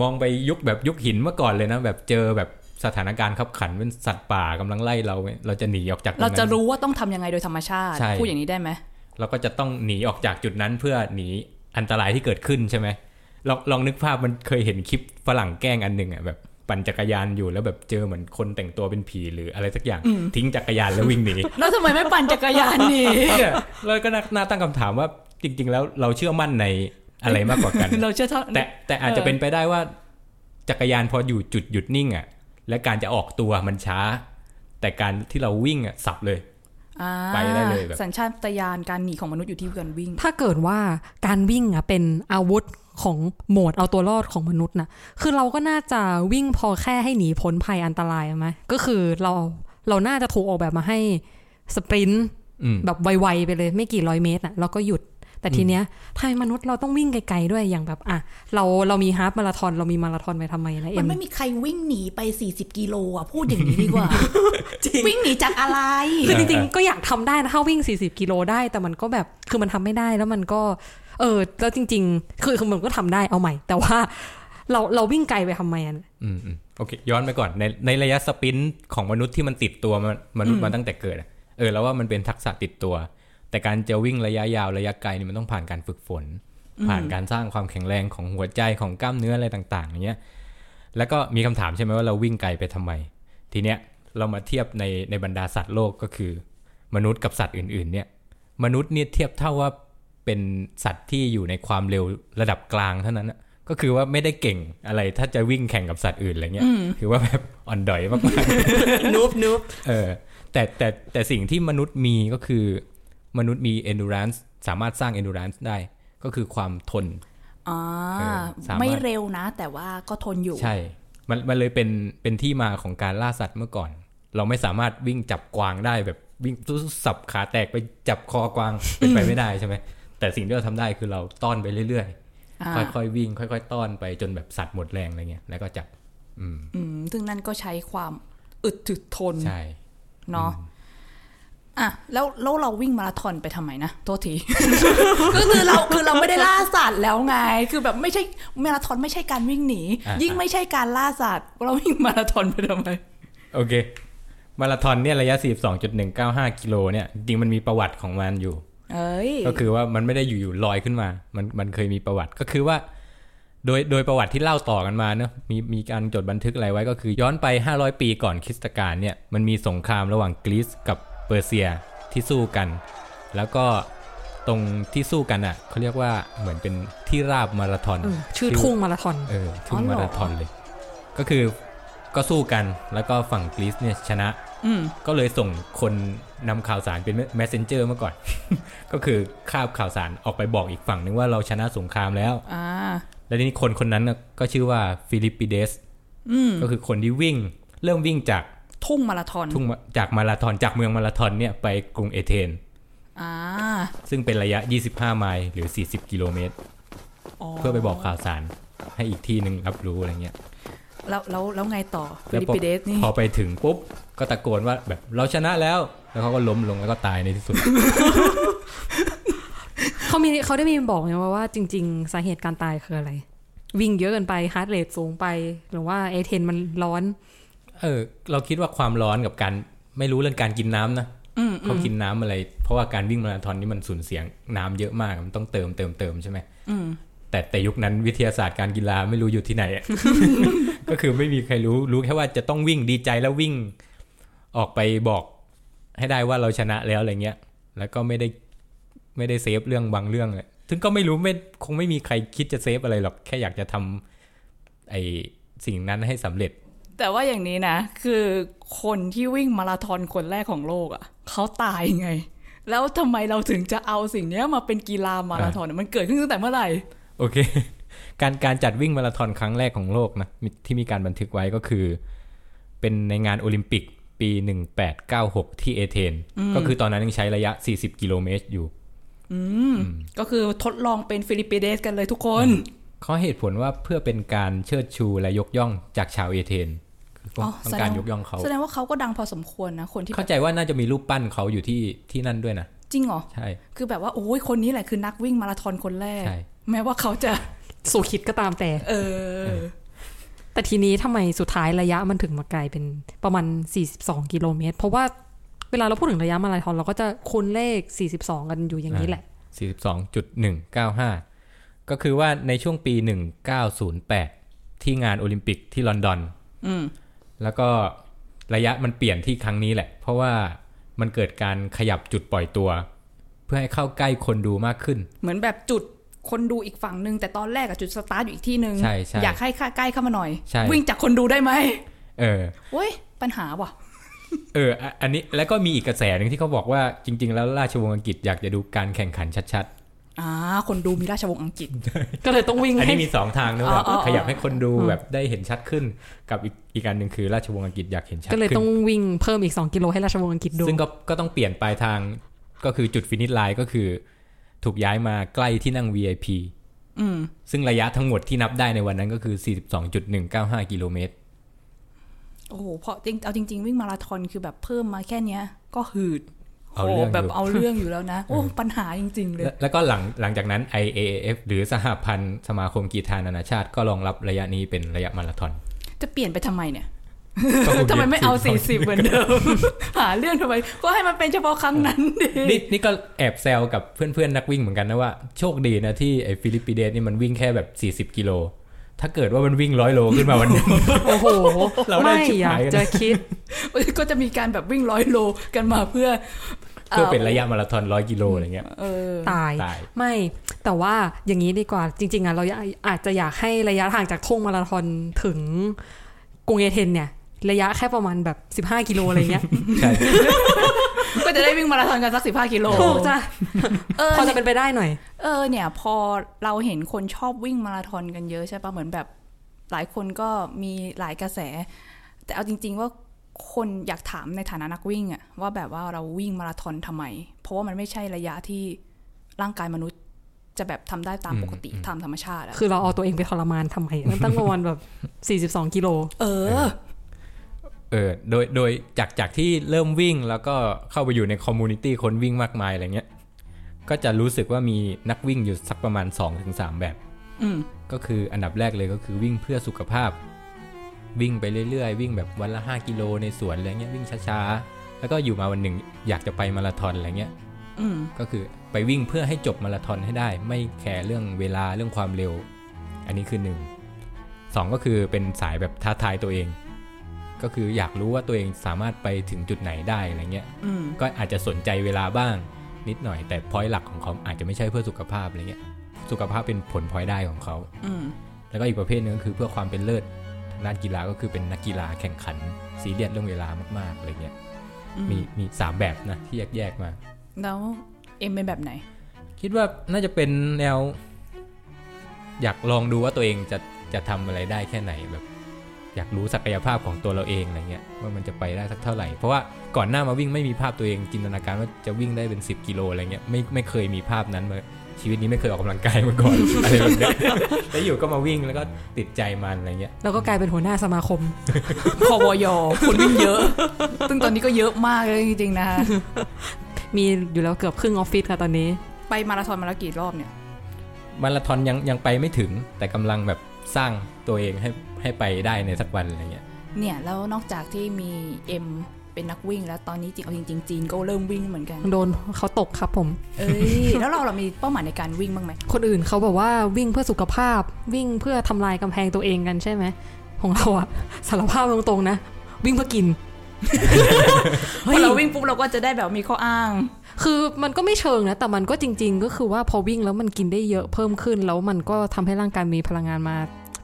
มองไปยุคแบบยุคหินเมื่อก่อนเลยนะ แบบเจอแบบสถานการณ์ขับขันเป็นสัตว์ป่ากำลังไล่เราเนี่ยเราจะหนีออกจากตง เรา นั้น จะรู้ว่าต้องทำยังไงโดยธรรมชาติ ใช่ พูดอย่างนี้ได้ไหม เราก็จะต้องหนีออกจากจุดนั้นเพื่อหนีอันตรายที่เกิดขึ้นใช่ไหมลองลองนึกภาพมันเคยเห็นคลิปฝรั่งแกล้งอันหนึ่งอ่ะแบบปั่นจักรยานอยู่แล้วแบบเจอเหมือนคนแต่งตัวเป็นผีหรืออะไรสักอย่าง ทิ้งจักรยานแล้ววิ่งหนี แล้วทำไมไม่ปั่นจักรยานหนี่ เนี่ยเราก็น่าน่าตั้งคำถามว่าจริง ๆ แล้วเราเชื่อมั่นในอะไรมากกว่ากัน *laughs* เราเชื่อเท่า แต่แต่อาจจะเป็นไปได้ว่า จักรยานพออยู่จุดหยุดนิ่งอ่ะและการจะออกตัวมันช้า แต่การที่เราวิ่งอ่ะสับเลย อ่า ไปได้เลยแบบ สัญชาตญาณการหนีของมนุษย์อยู่ที่การวิ่ง ถ้าเกิดว่าการวิ่งอะเป็นอาวุธของโหมดเอาตัวรอดของมนุษย์นะคือเราก็น่าจะวิ่งพอแค่ให้หนีพ้นภัยอันตรายไหมก็คือเราเราน่าจะถูกออกแบบมาให้สปรินต์ อืม แบบไวๆไปเลยไม่กี่ร้อยเมตรนะแล้วก็หยุด แต่ทีเนี้ยทำไมมนุษย์เราต้องวิ่งไกลๆด้วยอย่างแบบอ่ะเราเรามีฮาล์ฟมาราธอนเรามีมาราธอนไปทำไมนะเอ็ มั ม นไม่มีใครวิ่งหนีไป 40 กิโลอ่ะ พูดอย่างนี้ดีกว่า วิ่งหนีจากอะไร คือจริงๆก็อยากทำได้นะถ้าวิ่ง 40 กิโลได้ แต่มันก็แบบคือมันทำไม่ได้แล้วมันก็ เออแล้วจริง ๆ คือคือมันก็ทำได้เอาใหม่ แต่ว่าเราเราวิ่งไกลไปทำไมอะ อืมอืมโอเคย้อนไปก่อนในในระยะสปรินต์ของมนุษย์ที่มันติดตัวมันมนุษย์มาตั้งแต่เกิดอะเออแล้วว่ามันเป็นทักษะติดตัว แต่การจะวิ่งระยะยาวระยะไกลนี่มันต้องผ่านการฝึกฝน ผ่านการสร้างความแข็งแรงของหัวใจของกล้ามเนื้ออะไรต่างๆอย่างเงี้ยแล้วก็มีคำถามใช่ไหมว่าเราวิ่งไกลไปทำไม ทีเนี้ยเรามาเทียบในในบรรดาสัตว์โลกก็คือ มนุษย์กับสัตว์อื่นๆเนี่ยมนุษย์เนี่ยเทียบเท่าว่าเป็นสัตว์ที่อยู่ในความเร็วระดับกลางเท่านั้นอะก็คือว่าไม่ได้เก่งอะไรถ้าจะวิ่งแข่งกับสัตว์อื่นอะไรเงี้ยถือว่าแบบอ่อนดอยมากๆ *laughs* นูบนูบเออแต่แต่แต่สิ่งที่มนุษย์มีก็คือ มนุษย์มี endurance สามารถสร้าง endurance ได้ ก็คือความทน อ่า เออสามารถ ไม่เร็วนะ แต่ว่าก็ทนอยู่ ใช่ มันมันเลยเป็นเป็นที่มาของการล่าสัตว์เมื่อก่อน เราไม่สามารถวิ่งจับกวางได้แบบวิ่งสู้สับขาแตกไปจับคอก *laughs* วางเป็นไปไม่ได้ใช่ไหม แต่สิ่งที่เราทำได้คือเราต้อนไปเรื่อย อ่า ๆ ค่อยๆวิ่ง ค่อยๆ ต้อนไปจนแบบสัตว์หมดแรงอะไรเงี้ย แล้วก็จับ อืม อืมซึ่งนั่นก็ใช้ความอึดถึกทน ใช่ เนาะ อ่ะ แล้วแล้วเราวิ่งมาราธอนไปทำไมนะ โทษที *laughs* ก็คือเราคือเราไม่ได้ล่าสัตว์แล้วไง คือแบบไม่ใช่มาราธอนไม่ใช่การวิ่งหนี อ่ะ ยิ่งไม่ใช่การล่าสัตว์ เราวิ่งมาราธอนไปทำไม โอเค มาราธอนเนี่ยระยะ 42.195 กิโลเนี่ย จริงๆมันมีประวัติของมันอยู่ เอ้ย ก็คือว่ามันไม่ได้อยู่ๆลอยขึ้นมา มันมันเคยมีประวัติก็คือว่า โดยโดยประวัติที่เล่าต่อกันมาเนอะมีมีการจดบันทึกอะไรไว้ก็คือย้อนไป 500 ปีก่อนคริสตกาลเนี่ยมันมีสงครามระหว่างกรีซกับเปอร์เซียที่สู้กัน แล้วก็ตรงที่สู้กันอ่ะเขาเรียกว่าเหมือนเป็นที่ราบมาราธอน เออชื่อทุ่งมาราธอน เออทุ่ อ๋ ง อเหร มา อ ราธอนเลย ก็คือก็สู้กันแล้วก็ฝั่งกรีซเนี่ยชนะ อืม ก็เลยส่งคนนำข่าวสารเป็น messenger มาก่ *laughs* อน ก็คือคาบข่าวสารออกไปบอกอีกฝั่งนึงว่าเราชนะสงครามแล้ว อ่า แล้วทีนี้คนคนนั้นน่ะก็ชื่อว่าฟิลิปปิเดสก็คือคนที่วิ่ง เริ่มวิ่งจาก ทุ่งมาราธอน ทุ่งมาจากมาราธอนจากเมืองมาราธอนเนี่ยไปกรุงเอเธน อ่า ซึ่งเป็นระยะ 25 ไมล์หรือ 40 กิโลเมตร อ๋อ เพื่อไปบอกข่าวสารให้อีกที่หนึ่งรับรู้อะไรเงี้ย แล้วแล้วแล้วไงต่อฟิ แล้ว ลิป พอ ปิเดสนี่ พอไปถึงปุ๊บ ก็ตะโกนว่าแบบเราชนะแล้ว แล้วเขาก็ล้มลงแล้วก็ตายในที่สุด เขามีเขาได้มีบอกไหมว่าว่าจริง ๆ สาเหตุการตายคืออะไร วิ่งเยอะเกินไปฮาร์ดเรทสูงไป หรือว่าเอเทนมันร้อน เออ เราคิดว่าความร้อนกับการไม่รู้เรื่องการกินน้ำนะเขากินน้ำอะไร เพราะว่าการวิ่งมาราธอนนี่มันสูญเสียน้ำเยอะมากมันต้องเติมเติมเติมใช่ไหมแต่แต่ยุคนั้นวิทยาศาสตร์การกีฬาไม่รู้อยู่ที่ไหนอะ *laughs* ก็คือไม่มีใครรู้รู้แค่ว่าจะต้องวิ่งดีใจแล้ววิ่ง ออกไปบอกให้ได้ว่าเราชนะแล้วอะไรเงี้ย แล้วก็ไม่ได้ไม่ได้เซฟเรื่องบางเรื่องเลยถึงก็ไม่รู้ไม่คงไม่มีใครคิดจะเซฟอะไรหรอกแค่อยากจะทำไอสิ่งนั้นให้สำเร็จ แต่ว่าอย่างนี้นะ คือคนที่วิ่งมาราธอนคนแรกของโลกอะ่ะเขาตายไง แล้วทำไมเราถึงจะเอาสิ่งเนี้ยมาเป็นกีฬามาราธอนอะมันเกิดขึ้นตั้งแต่เมื่อไหร่ โอเค *laughs* การการจัดวิ่งมาราธอนครั้งแรกของโลกนะมีที่มีการบันทึกไว้ก็คือ เป็นในงานโอลิมปิกปี 1896 ที่เอเธนก็คือตอนนั้นยังใช้ระยะ 40 กิโลเมตรอยู่ ก็คือทดลองเป็นฟิลิปปิเดสกันเลยทุกคน เขาเหตุผลว่าเพื่อเป็นการเชิดชูและยกย่องจากชาวเอเธนคือออต้อ แสด ง ง การยกย่องเขา แสดงว่าเขาก็ดังพอสมควรนะ คนที่ เข้าใจว่าน่าจะมีรูปปั้นเขาอยู่ที่ที่นั่นด้วยนะ จริงเหรอ ใช่ คือแบบว่าโอ้ยคนนี้แหละคือนักวิ่งมาราธอนคนแรก ใช่ แม้ว่าเขาจะ สู่คิดก็ตามแต่ เออ แต่ทีนี้ทำไมสุดท้ายระยะมันถึงมากลายเป็นประมาณ 42 กิโลเมตร เพราะว่าเวลาเราพูดถึงระยะมาราธอนเราก็จะคุ้นเลข 42 กันอยู่อย่างนี้แหละ 42.195 ก็คือว่าในช่วงปี 1908 ที่งานโอลิมปิกที่ลอนดอน อืม แล้วก็ระยะมันเปลี่ยนที่ครั้งนี้แหละ เพราะว่ามันเกิดการขยับจุดปล่อยตัว เพื่อให้เข้าใกล้คนดูมากขึ้น เหมือนแบบจุดคนดูอีกฝั่งหนึ่งแต่ตอนแรกอะจุดสตาร์ทอยู่อีกที่หนึ่ง ใช่ใช่ อยากให้ค่าใกล้เข้ามาหน่อย ใช่ วิ่งจากคนดูได้ไหม เออ เว้ย ปัญหาว่ะ เอออ่ะอันนี้แล้วก็มีอีกกระแสหนึ่งที่เขาบอกว่าจริง ๆ แล้วราชวงศ์อังกฤษอยากจะดูการแข่งขันชัด อ่า คนดูมีราชวงศ์อังกฤษ ก็เลยต้องวิ่ง *laughs* ๆอัน ให้ นี้มีสองทางนะอ๋แบบออ๋ออ๋อ ขยับให้คนดูแบบได้เห็นชัดขึ้น กับอีกอีกอันหนึ่งคือราชวงศ์อังกฤษอยากเห็นชัด ก็เลย ขึ้ ต้อน งวิ่งเพิ่มอีก 2 กิโลให้ราชวงศ์อังกฤษดู ซึ่งก็ก็ต้องเปลี่ยนปลายทางก็คือจุดฟินิชไลน์ก็คือ ถูกย้ายมาใกล้ที่นั่ง VIP อืม ซึ่งระยะทั้งหมดที่นับได้ในวันนั้นก็คือ 42.195 กิโลเมตร โอ้โหเพราะจริงเอาจริง ๆ วิ่งมาราธอนคือแบบเพิ่มมาแค่เนี้ย ก็หืด เอา โอ้ เรื่องอยู่ แบบเอาเรื่องอยู่แล้วนะ โอ้ ปัญหาจริง ๆ เลย และแล้วก็หลังหลังจากนั้น IAAF หรือสหพันธ์สมาคมกีฬานานาชาติ ก็รองรับระยะนี้เป็นระยะมาราธอน จะเปลี่ยนไปทำไมเนี่ย ก็คง ทำไมไม่เอา สี่สิ40บเหมือนเดิม หาเรื่องทำไม ก็ให้มันเป็นเฉพาะครั้งนั้นดิ นี่นี่ก็แอบแซวกับเพื่อนๆ นักวิ่งเหมือนกันนะว่า โชคดีนะที่ไอ้ฟิลิปปิเดสนี่มันวิ่งแค่แบบ 40 กิโล ถ้าเกิดว่ามันวิ่งร้อยโลขึ้นมาวันหนึง *laughs* โอ้โห เราได้ ไม่ ชิบ อยา หาก ยกัน จะคิด ก็จะมีการแบบวิ่งร้อยโลกันมาเพื่อ เพื่อเป็นระยะมาราธอนร้อยกิโลอะไรเงี้ย เออ ตาย ตาย ไม่แต่ว่าอย่างนี้ดีกว่าจริง ๆอ่ะเราอยากอาจจะอยากให้ระยะทางจากทุ่งมาราธอนถึงกรุงเอเธนเนี่ย ระยะแค่ประมาณแบบ 15 กิโลอะไรเงี้ย ใช่ ก็จะได้วิ่งมาราธอนกันสักสิบห้ากิโล ถูกจ้ะ เออ พอจะเป็นไปได้หน่อย เออเนี่ย พอเราเห็นคนชอบวิ่งมาราธอนกันเยอะใช่ปะเหมือนแบบ หลายคนก็มีหลายกระแส แต่เอาจริง ๆ ว่าคนอยากถามในฐานะนักวิ่งอะว่าแบบว่าเราวิ่งมาราธอนทำไม เพราะว่ามันไม่ใช่ระยะที่ร่างกายมนุษย์จะแบบทำได้ตามปกติตามธรรมชาติอะ คือเราเอาตัวเองไปทรมานทำไมมันตั้งประมาณแบบ 42 กิโล เออ เออโดยโดยจากจากที่เริ่มวิ่งแล้วก็เข้าไปอยู่ในคอมมูนิตี้คนวิ่งมากมายอะไรเงี้ย ก็จะรู้สึกว่ามีนักวิ่งอยู่สักประมาณ 2-3 แบบ อืม ก็คืออันดับแรกเลยก็คือวิ่งเพื่อสุขภาพ วิ่งไปเรื่อยๆ วิ่งแบบวันละ 5 กิโลในสวนอะไรเงี้ยวิ่งช้าๆ แล้วก็อยู่มาวันหนึ่งอยากจะไปมาราธอนอะไรเงี้ย อืม ก็คือ ไปวิ่งเพื่อให้จบมาราธอนให้ได้ ไม่แคร์เรื่องเวลาเรื่องความเร็ว อันนี้คือหนึ่งสองก็คือเป็นสายแบบท้าทายตัวเอง ก็คืออยากรู้ว่าตัวเองสามารถไปถึงจุดไหนได้อะไรเงี้ย อืม ก็อาจจะสนใจเวลาบ้างนิดหน่อย แต่พอยหลักของเขาอาจจะไม่ใช่เพื่อสุขภาพอะไรเงี้ยสุขภาพเป็นผลพลอยได้ของเขา อืม แล้วก็อีกประเภทหนึงก็คือเพื่อความเป็นเลิศทางด้านกีฬาก็คือเป็นนักกีฬาแข่งขันซีเรียสเรื่องเวลามากๆอะไรเงี้ย อืม มีมีสามแบบนะที่แยกๆมา แล้วเอ็มเป็นแบบไหน คิดว่าน่าจะเป็นแนว อยากลองดูว่าตัวเองจะจะทำอะไรได้แค่ไหนแบบ อยากรู้ศักยภาพของตัวเราเองอะไรเงี้ยว่ามันจะไปได้สักเท่าไหร่ เพราะว่าก่อนหน้ามาวิ่งไม่มีภาพตัวเองจินตนาการว่าจะวิ่งได้เป็น 10 กิโลอะไรเงี้ยไม่ไม่เคยมีภาพนั้นมาชีวิตนี้ไม่เคยออกกำลังกายมาก่อน *laughs* อะไรแบบเนี้ยแล้วอยู่ก็มาวิ่งแล้วก็ติดใจมันอะไรเงี้ย แล้วก็กลายเป็นหัวหน้าสมาค *laughs* ม คอวอยคนวิ่งเยอะ ซึ่งตอนนี้ก็เยอะมากเลยจริงๆนะคะ มีอยู่แล้วเกือบครึ่งออฟฟิศค่ะตอนนี้ ไปมาราธอนมาแล้วกี่รอบเนี่ย มาราธอนยังยังไปไม่ถึง แต่กำลังแบบสร้างตัวเองให้ให้ไปได้ในสักวันอะไรเงี้ย เนี่ย แล้วนอกจากที่มีเอ็มเป็นนักวิ่งแล้วตอนนี้จริงเอาจริงๆจีนก็เริ่มวิ่งเหมือนกัน โดนเขาตกครับผม เอ้ย แล้วเราเรามีเป้าหมายในการวิ่งบ้างไหม คนอื่นเขาบอกว่าวิ่งเพื่อสุขภาพวิ่งเพื่อทำลายกำแพงตัวเองกันใช่ไหม ของเราอะ *laughs* สารภาพตรงๆนะ วิ่งเพื่อกิน พอเราวิ่งปุ๊บเราก็จะได้แบบมีข้ออ้าง คือมันก็ไม่เชิงนะ แต่มันก็จริง ๆ ก็คือว่าพอวิ่งแล้วมันกินได้เยอะเพิ่มขึ้น แล้วมันก็ทำให้ร่างกายมีพลังงานมา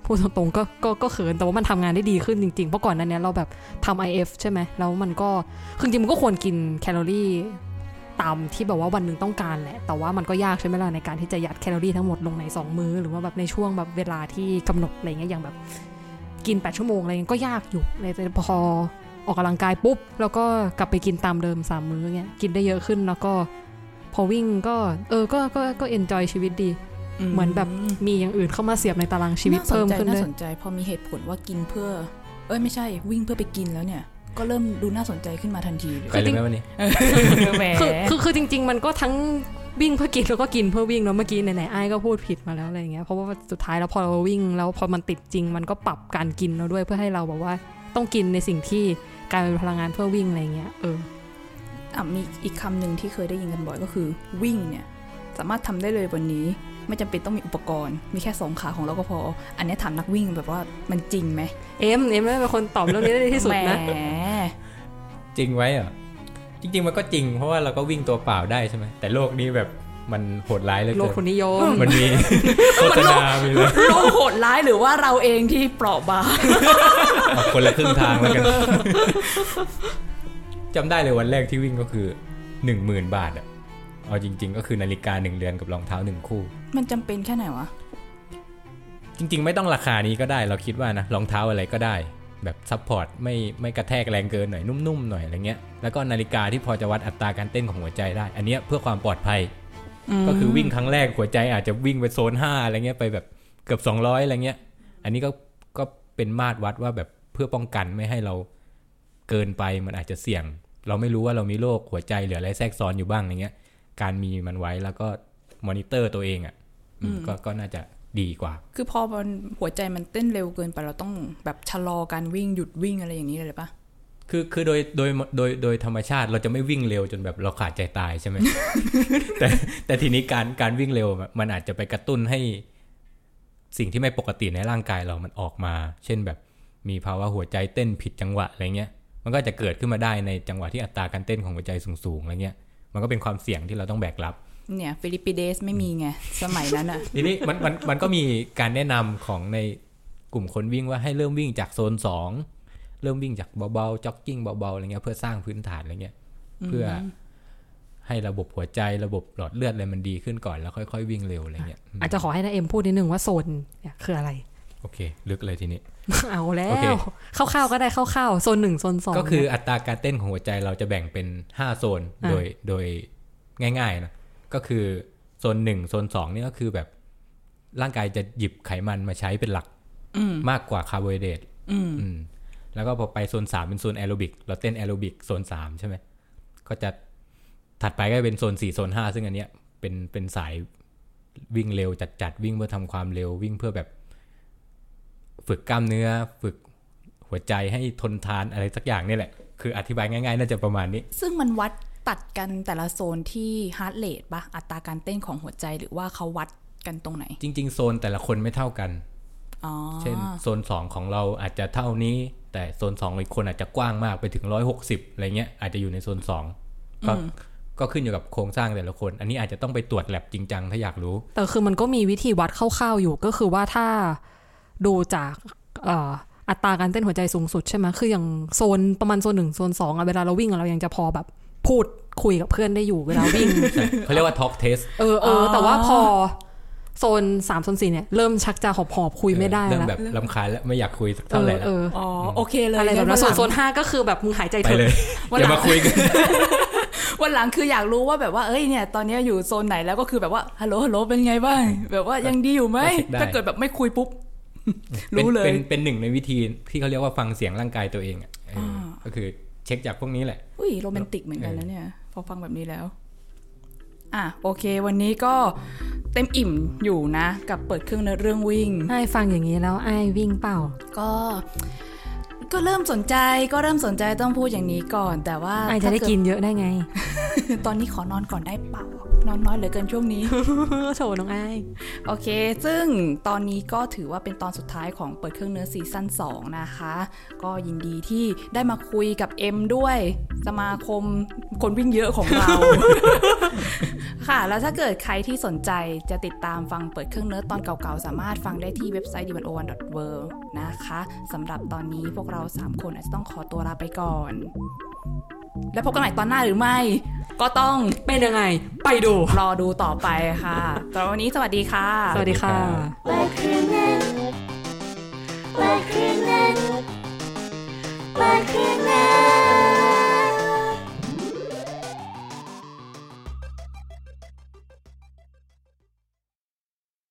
พูดตรงๆก็ก็ก็เขินแต่ว่ามันทำงานได้ดีขึ้นจริงๆ เพราะก่อนหนั้นเนี้ยเราแบบทำ IF ใช่ไหมแล้วมันก็คือจริงๆมันก็ควรกินแคลอรี่ตามที่แบบว่าวันหนึ่งต้องการแหละ แต่ว่ามันก็ยากใช่ไหมล่ะในการที่จะยัดแคลอรี่ทั้งหมดลงใน 2 มื้อ หรือว่าแบบในช่วงแบบเวลาที่กำหนดอะไรเงี้ยอย่างแบบกิน 8 ชั่วโมงอะไรเงี้ยก็ยากอยู่ในแต่พอออกกำลังกายปุ๊บ แล้วก็กลับไปกินตามเดิมสามมื้อเงี้ยกินได้เยอะขึ้นแล้วก็ พอวิ่งก็เออก็ก็ก็เอนจอยชีวิตดี เหมือนแบบมีอย่างอื่นเข้ามาเสียบในตารางชีวิตเพิ่มขึ้นด้ว น่าย สนใจพอมีเหตุผลว่ากินเพื่อ เอ้ยไม่ใช่วิ่งเพื่อไปกินแล้วเนี่ย ก็เริ่มดูน่าสนใจขึ้นมาทันทีเลย ไปเลยไหมวันนี้ แหม คือคือคือจริง ๆ มันก็ทั้งวิ่งเพื่อกินแล้วก็กินเพื่อวิ่งเนาะเมื่อกี้ไหนๆไอ้ายก็พูดผิดมาแล้วอะไรอย่างเงี้ยเพราะว่าสุดท้ายแล้วพอเราวิ่งแล้วพอมันติดจริง มันก็ปรับการกินเราด้วยเพื่อให้เราแบบว่าต้องกินในสิ่งที่กลายเป็นพลังงานเพื่อวิ่งอะไรอย่างเงี้ยเออ อ่ะมีอีกคำหนึ่งที่เคยได้ยินกันบ่อยก็คือ วิ่งเนี่ย สามารถทำได้เลยวันนี้ ไม่จำเป็นต้องมีอุปกรณ์ มีแค่สองขาของเราก็พอ อันเนี้ยถามนักวิ่งแบบว่ามันจริงไหม เอ็มเอ็มเป็นคนตอบเรื่องนี้ได้ดีที่สุดนะ *laughs* แหม จริงไว้เหรอจริง ๆ มันก็จริง เพราะว่าเราก็วิ่งตัวเปล่าได้ใช่ไหมแต่โลกนี้แบบมันโหดร้ายเหลย โลกคนนิยม มันมี โฆษณามีเลย โลกโหดร้ายหรือว่าเราเองที่เปราะบาง เอาคนละครึ่งทาง *laughs* แล้วกันจำได้เลยวันแรกที่วิ่งก็คือหนึ่งหมื่นบาทอะเอาจริง ๆ ก็คือนาฬิกาหนึ่งเรือนกับรองเท้าหนึ่งคู่ มันจำเป็นแค่ไหนวะ จริง ๆ ไม่ต้องราคานี้ก็ได้ เราคิดว่านะรองเท้าอะไรก็ได้ แบบซัพพอร์ตไม่ไม่กระแทกแรงเกินหน่อยนุ่มๆหน่อยอะไรเงี้ยแล้วก็นาฬิกาที่พอจะวัดอัตราการเต้นของหัวใจได้ อันเนี้ยเพื่อความปลอดภัย ก็คือวิ่งครั้งแรกหัวใจอาจจะวิ่งไปโซน5อะไรเงี้ยไปแบบเกือบ 200อะไรเงี้ย อันนี้ก็ก็เป็นมาตรวัดว่าแบบเพื่อป้องกันไม่ให้เราเกินไปมันอาจจะเสี่ยง เราไม่รู้ว่าเรามีโรคหัวใจหรืออะไรแทรกซ้อนอยู่บ้างอะไรเงี้ย การมีมันไว้แล้วก็มอนิเตอร์ตัวเองอะ่ะอืมก็ก็น่าจะดีกว่า คือพอมันหัวใจมันเต้นเร็วเกินไปเราต้องแบบชะลอการวิ่งหยุดวิ่งอะไรอย่างนี้เลยหรือปะ คือคือโดยโดยโดยโดยธรรมชาติเราจะไม่วิ่งเร็วจนแบบเราขาดใจตายใช่ไหม แต่แต่ทีนี้การการวิ่งเร็วอะมันอาจจะไปกระตุ้นให้สิ่งที่ไม่ปกติในร่างกายเรามันออกมา เช่นแบบมีภาวะหัวใจเต้นผิดจังหวะอะไรเงี้ย มันก็จะเกิดขึ้นมาได้ในจังหวะที่อัตราการเต้นของหัวใจสูงๆอะไรเงี้ย มันก็เป็นความเสี่ยงที่เราต้องแบกรับ เนี่ยฟิลิปปิเดสไม่มีไง สมัยนั้นอะ ทีนี้ *laughs* มันมันมันก็มีการแนะนำของในกลุ่มคนวิ่งว่าให้เริ่มวิ่งจากโซนสองเริ่มวิ่งจากเบาๆจ็อกกิ้งเบาๆอะไรเงี้ยเพื่อสร้างพื้นฐานอะไรเงี้ยเพื่อให้ระบบหัวใจระบบหลอดเลือดอะไรมันดีขึ้นก่อนแล้วค่อยๆวิ่งเร็วอะไรเงี้ยอืม อาจจะขอให้นายเอ็มพูดนิดนึงว่าโซนเนี่ยคืออะไร *laughs* โอเค ลึกเลยทีนี้ เอาแล้ โอเค วคร่าวๆก็ได้คร่าวๆโซนหนึ่งโซนสอง ก็คืออัตราการเต้นของหัวใจเราจะแบ่งเป็น 5 โซนโดยโดยง่ายๆนะก็คือโซน 1 โซน2นี่ก็คือแบบร่างกายจะหยิบไขมันมาใช้เป็นหลักมากกว่าคาร์โบไฮเดรตอืมแล้วก็พอไปโซน 3 เป็นโซนแอโรบิกเราเต้นแอโรบิกโซน 3 ใช่ไหมก็จะถัดไปก็เป็นโซน 4 โซน 5 ซึ่งอันเนี้ยเป็นเป็นสายวิ่งเร็วจัดๆวิ่งเพื่อทำความเร็ววิ่งเพื่อแบบ ฝึกกล้ามเนื้อฝึกหัวใจให้ทนทานอะไรสักอย่างเนี่ยแหละ คืออธิบายง่ายๆ น่าจะประมาณนี้ *laughs* ซึ่งมันวัด ตัดกันแต่ละโซนที่ฮาร์ดเรทปะอัตราการเต้นของหัวใจหรือว่าเขาวัดกันตรงไหน จริง ๆ โซนแต่ละคนไม่เท่ากัน อ๋อ เช่นโซน 2 ของเราอาจจะเท่านี้ แต่โซน2อีกคนอาจจะกว้างมากไปถึง 160อะไรเงี้ยอาจจะอยู่ในโซน2ก็ก็ขึ้นอยู่กับโครงสร้างแต่ละคน อันนี้อาจจะต้องไปตรวจแลบจริงจังถ้าอยาก *laughs* รู้ แต่คือมันก็มีวิธีวัดคร่าวๆอยู่ก็คือว่าถ้าดูจากเอ่ออัตราการเต้นหัวใจสูงสุดใช่ไหมคืออย่างโซนประมาณโซนหนึ่งโซนสองอะเวลาเราวิ่งอะเรายังจะพอแบบพูดคุยกับเพื่อนได้อยู่เวลา *laughs* วิ่ง เขาเรียกว่า talk test เออเออแต่ว่าพอโซนสามโซนสี่เนี่ย เริ่มชักจะหอบหอบๆคุยไม่ได้ เริ่ม แล้ว แบบลำคาญแล้วไม่อยากคุยสัก เอ เท่าไหร่ อ แล้ว เออ อ๋อ โอเคเลย อะไรแบบ งั้ นั้น น ส่ วั วน นห โซ ลัง นห้าก็คือแบบมึงหายใจ ไป เถอะ เลย *laughs* วันหลัง อย่ามาคุย *laughs* กัน วันหลังคืออยากรู้ว่าแบบว่าเอ้ยเนี่ยตอนเนี้ยอยู่โซนไหนแล้วก็คือแบบว่าฮัลโหลฮัลโหลเป็นไงบ้างแบบว่ายังดีอยู่ไหม ก็เช็คได้ ถ้าเกิดแบบไม่คุยปุ๊บ ป็น รู้เลย เป็นเป็นหนึ่งในวิธีที่เขาเรียกว่าฟังเสียงร่างกายตัวเองอะเอออก็คือเช็คจากพวกนี้แหละ อุ้ยโรแมนติกเหมือนกันนะเนี่ย พอฟังแบบนี้แล้ว อ่ะ โอเค วันนี้ก็เต็มอิ่มอยู่นะ กับเปิดเครื่องเรื่องวิ่ง ไอ้ฟังอย่างนี้แล้วไอ้วิ่งเปล่า ก็ ก็เริ่มสนใจก็เริ่มสนใจต้องพูดอย่างนี้ก่อน แต่ว่า ไอ้จะได้กินเยอะได้ไง คือ *laughs* ตอนนี้ขอนอนก่อนได้เปล่านอนน้อยเหลือเกินช่วงนี้ โชว์น้องไอ้ โอเค ซึ่งตอนนี้ก็ถือว่าเป็นตอนสุดท้ายของเปิดเครื่องเนื้อซีซั่น2 นะคะ ก็ยินดีที่ได้มาคุยกับเอ็มด้วย สมาคมคนวิ่งเยอะของเรา *laughs* ค่ะ แล้วถ้าเกิดใครที่สนใจจะติดตามฟังเปิดเครื่องเนื้อตอนเก่าๆ สามารถฟังได้ที่เว็บไซต์ d 1 o 1 w o r l d นะคะสำหรับตอนนี้พวกเรา 3 คนอาจจะต้องขอตัวลาไปก่อน แล้วพบกันใหม่ตอนหน้าหรือไม่ ก็ต้อง เป็นยังไง ไปดู รอดูต่อไปค่ะแต่วันนี้สวัสดีค่ะ สวัสดีค่ะ Bacrünen. Bacrünen. Bacrünen.